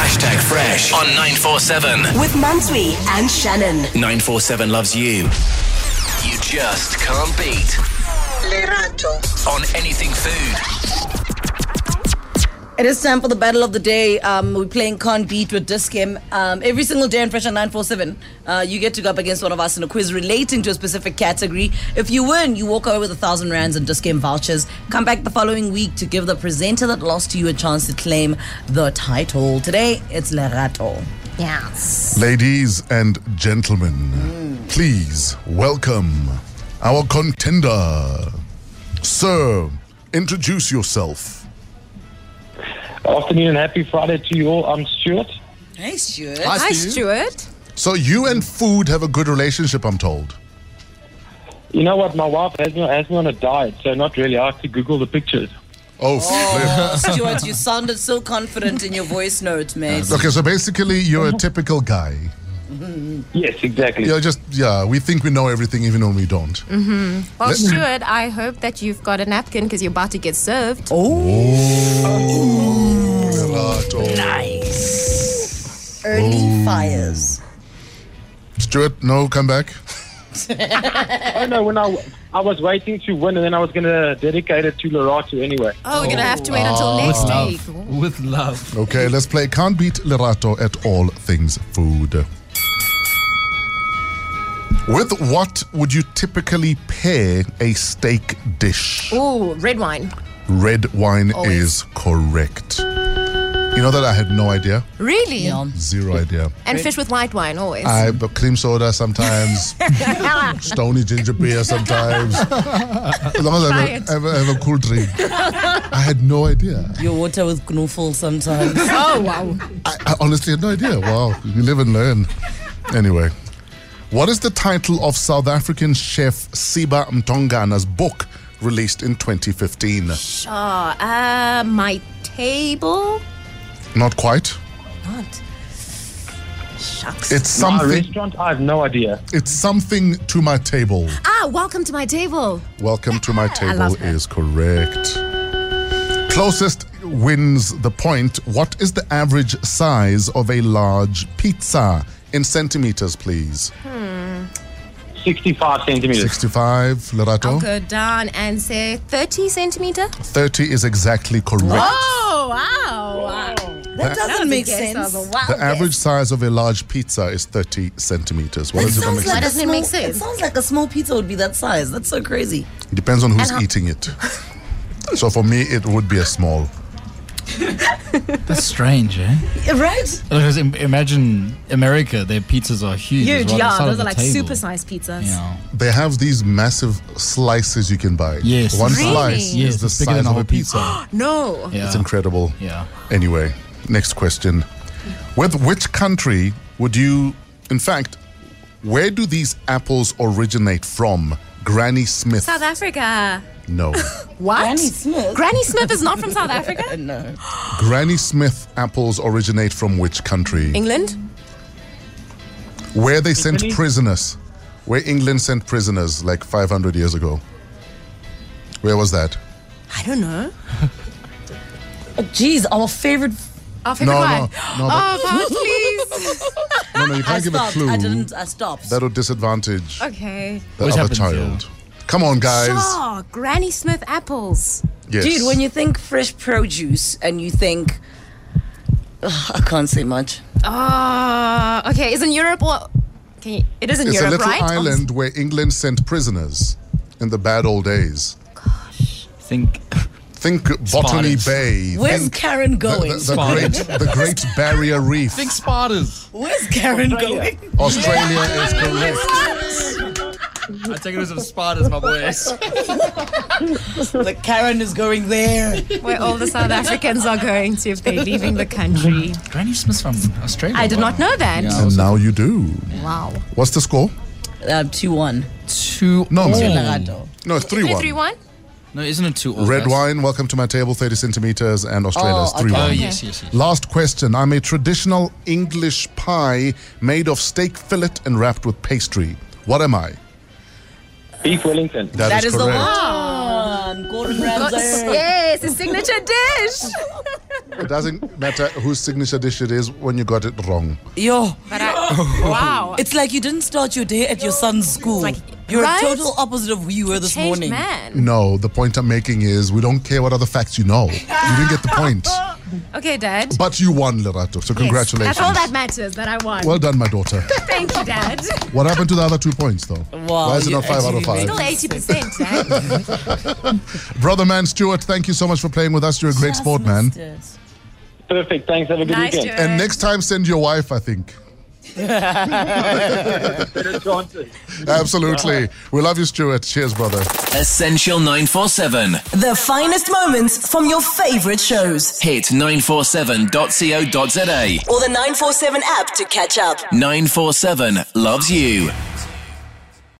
Hashtag Fresh on 947. With Mansui and Shannon. 947 loves you. You just can't beat on anything food. It is time for the battle of the day. Um, we're playing Can't Beat with Diskim. Um, every single day on Fresh on 947, uh, you get to go up against one of us in a quiz relating to a specific category. If you win, you walk away with a thousand rands and Diskim vouchers. Come back the following week to give the presenter that lost to you a chance to claim the title. Today, it's Lerato. Yes. Ladies and gentlemen, please welcome our contender. Sir, introduce yourself. Afternoon and happy Friday to you all. I'm Stuart. Hey, Stuart. Hi, Stuart. So, you and food have a good relationship, I'm told. You know what? My wife has me, has me on a diet, so not really. I have to Google the pictures. Oh, Oh, Stuart, you sounded so confident in your voice note, mate. flip. Okay, so basically, you're a typical guy. Yes, exactly. You're just, yeah, we think we know everything even when we don't. Well, Let- Stuart, Oh, I hope that you've got a napkin because you're about to get served. Lerato. Oh. Early fires. Stuart, no, come back. Oh no, when I I was waiting to win, and then I was gonna dedicate it to Lorato anyway. Oh, we're gonna have to wait until next week. With love. Okay, let's play Can't Beat Lerato at All Things Food. With what would you typically pair a steak dish? Ooh, red wine. Red wine is correct. You know that I had no idea? Really? Zero idea. And fish with white wine always. I but cream soda sometimes, stony ginger beer sometimes. As long as I Try have, it. a- have, a- have a cool drink. I had no idea. Your water with knuffel sometimes. oh, wow. I, I honestly had no idea. Wow, you live and learn. Anyway, what is the title of South African chef Siba Mtongana's book released in 2015? Sure. Uh, my table? Not quite. What? Shucks. It's My something. restaurant, I have no idea. It's something to my table. ah, welcome to my table. Welcome to my table love her. is correct. Closest wins the point. What is the average size of a large pizza in centimeters, please? 65 centimeters. 65, I'll Lerato. go down and say 30 centimeter. 30 is exactly correct. Oh, wow. wow. That doesn't make Guess I was sense. a wild The guess. average size of a large pizza is 30 centimeters. What does it make like- sense? doesn't it small, make sense? It sounds like a small pizza would be that size. That's so crazy. Depends on who's how- eating it. so for me, it would be a small. That's strange, eh? Right? Because im- imagine America, their pizzas are huge. as Huge, well, the yeah. size of Those the are like table. super sized pizzas. Yeah. They have these massive slices you can buy. Yes. One Really? slice Yes, is the it's bigger size than a of a whole pizza. pizza. No. Yeah. It's incredible. Yeah. Anyway, next question. With which country would you, in fact, where do these apples originate from? Granny Smith. South Africa. no. What? Granny Smith? Granny Smith is not from South Africa? No. Granny Smith apples originate from which country? England? Where they sent Italy? prisoners. Where England sent prisoners like 500 years ago. Where was that? I don't know. Jeez, Oh, our favorite. Our No, favorite wine. no, no, Oh, Paul, please. No, no, you can't I give a stopped. clue. I didn't. I stopped. That'll disadvantage okay. the Always other happens, child. Come on, guys. Sure. Granny Smith apples. Yes. Dude, when you think fresh produce and you think. Ugh, I can't say much. Oh, okay. Is in Europe or. Can you, it is in it's Europe, a little right? island where England sent prisoners in the bad old days. Think. Think Botany Spotted. Bay. Where's think Karen the, going? the, the great, the Great Barrier Reef. Think spiders. Where's Karen going? Australia is correct. I take it as some spiders, my boys. Like Karen is going there. Where all the South Africans are going to if they're leaving the country. Granny Smith's from Australia. I did wow. not know that. Yeah. And now you do. Wow. What's the score? Uh, 2 1. Two. No, all. man. Lerato. No, it's 3 Three, 1. three, one. No, isn't it two? all, Red guys? wine, welcome to my table, 30 centimeters, and Australia's Oh, 3 Oh, 1. yes, yes, yes. Last question. I'm a traditional English pie made of steak fillet and wrapped with pastry. What am I? Beef Wellington. That is the correct. one. Gordon Got- Ramsay. Yay. Yes, his signature dish. It doesn't matter whose signature dish it is when you got it wrong. Yo, But I, wow. it's like you didn't start your day at your son's school. like- You're Right? a total opposite of who you were this Changed morning. man. No, the point I'm making is we don't care what other facts you know. You didn't get the point. Okay, Dad. But you won, Lerato, so congratulations. That's all that matters that I won. well done, my daughter. Thank you, Dad. Still What happened to the other two points, though? Wow, Why is it you not five out of actually five? made- 80%, Dad. Brother man Stuart, thank you so much for playing with us. You're a great sport, man. Perfect. Thanks. Have a good nice, weekend. Stuart. And next time, send your wife, I think. Better chances. Absolutely. We love you, Stuart. Cheers, brother. Essential 947. The finest moments from your favorite shows. Hit 947.co.za. Or the 947 app to catch up. 947 loves you.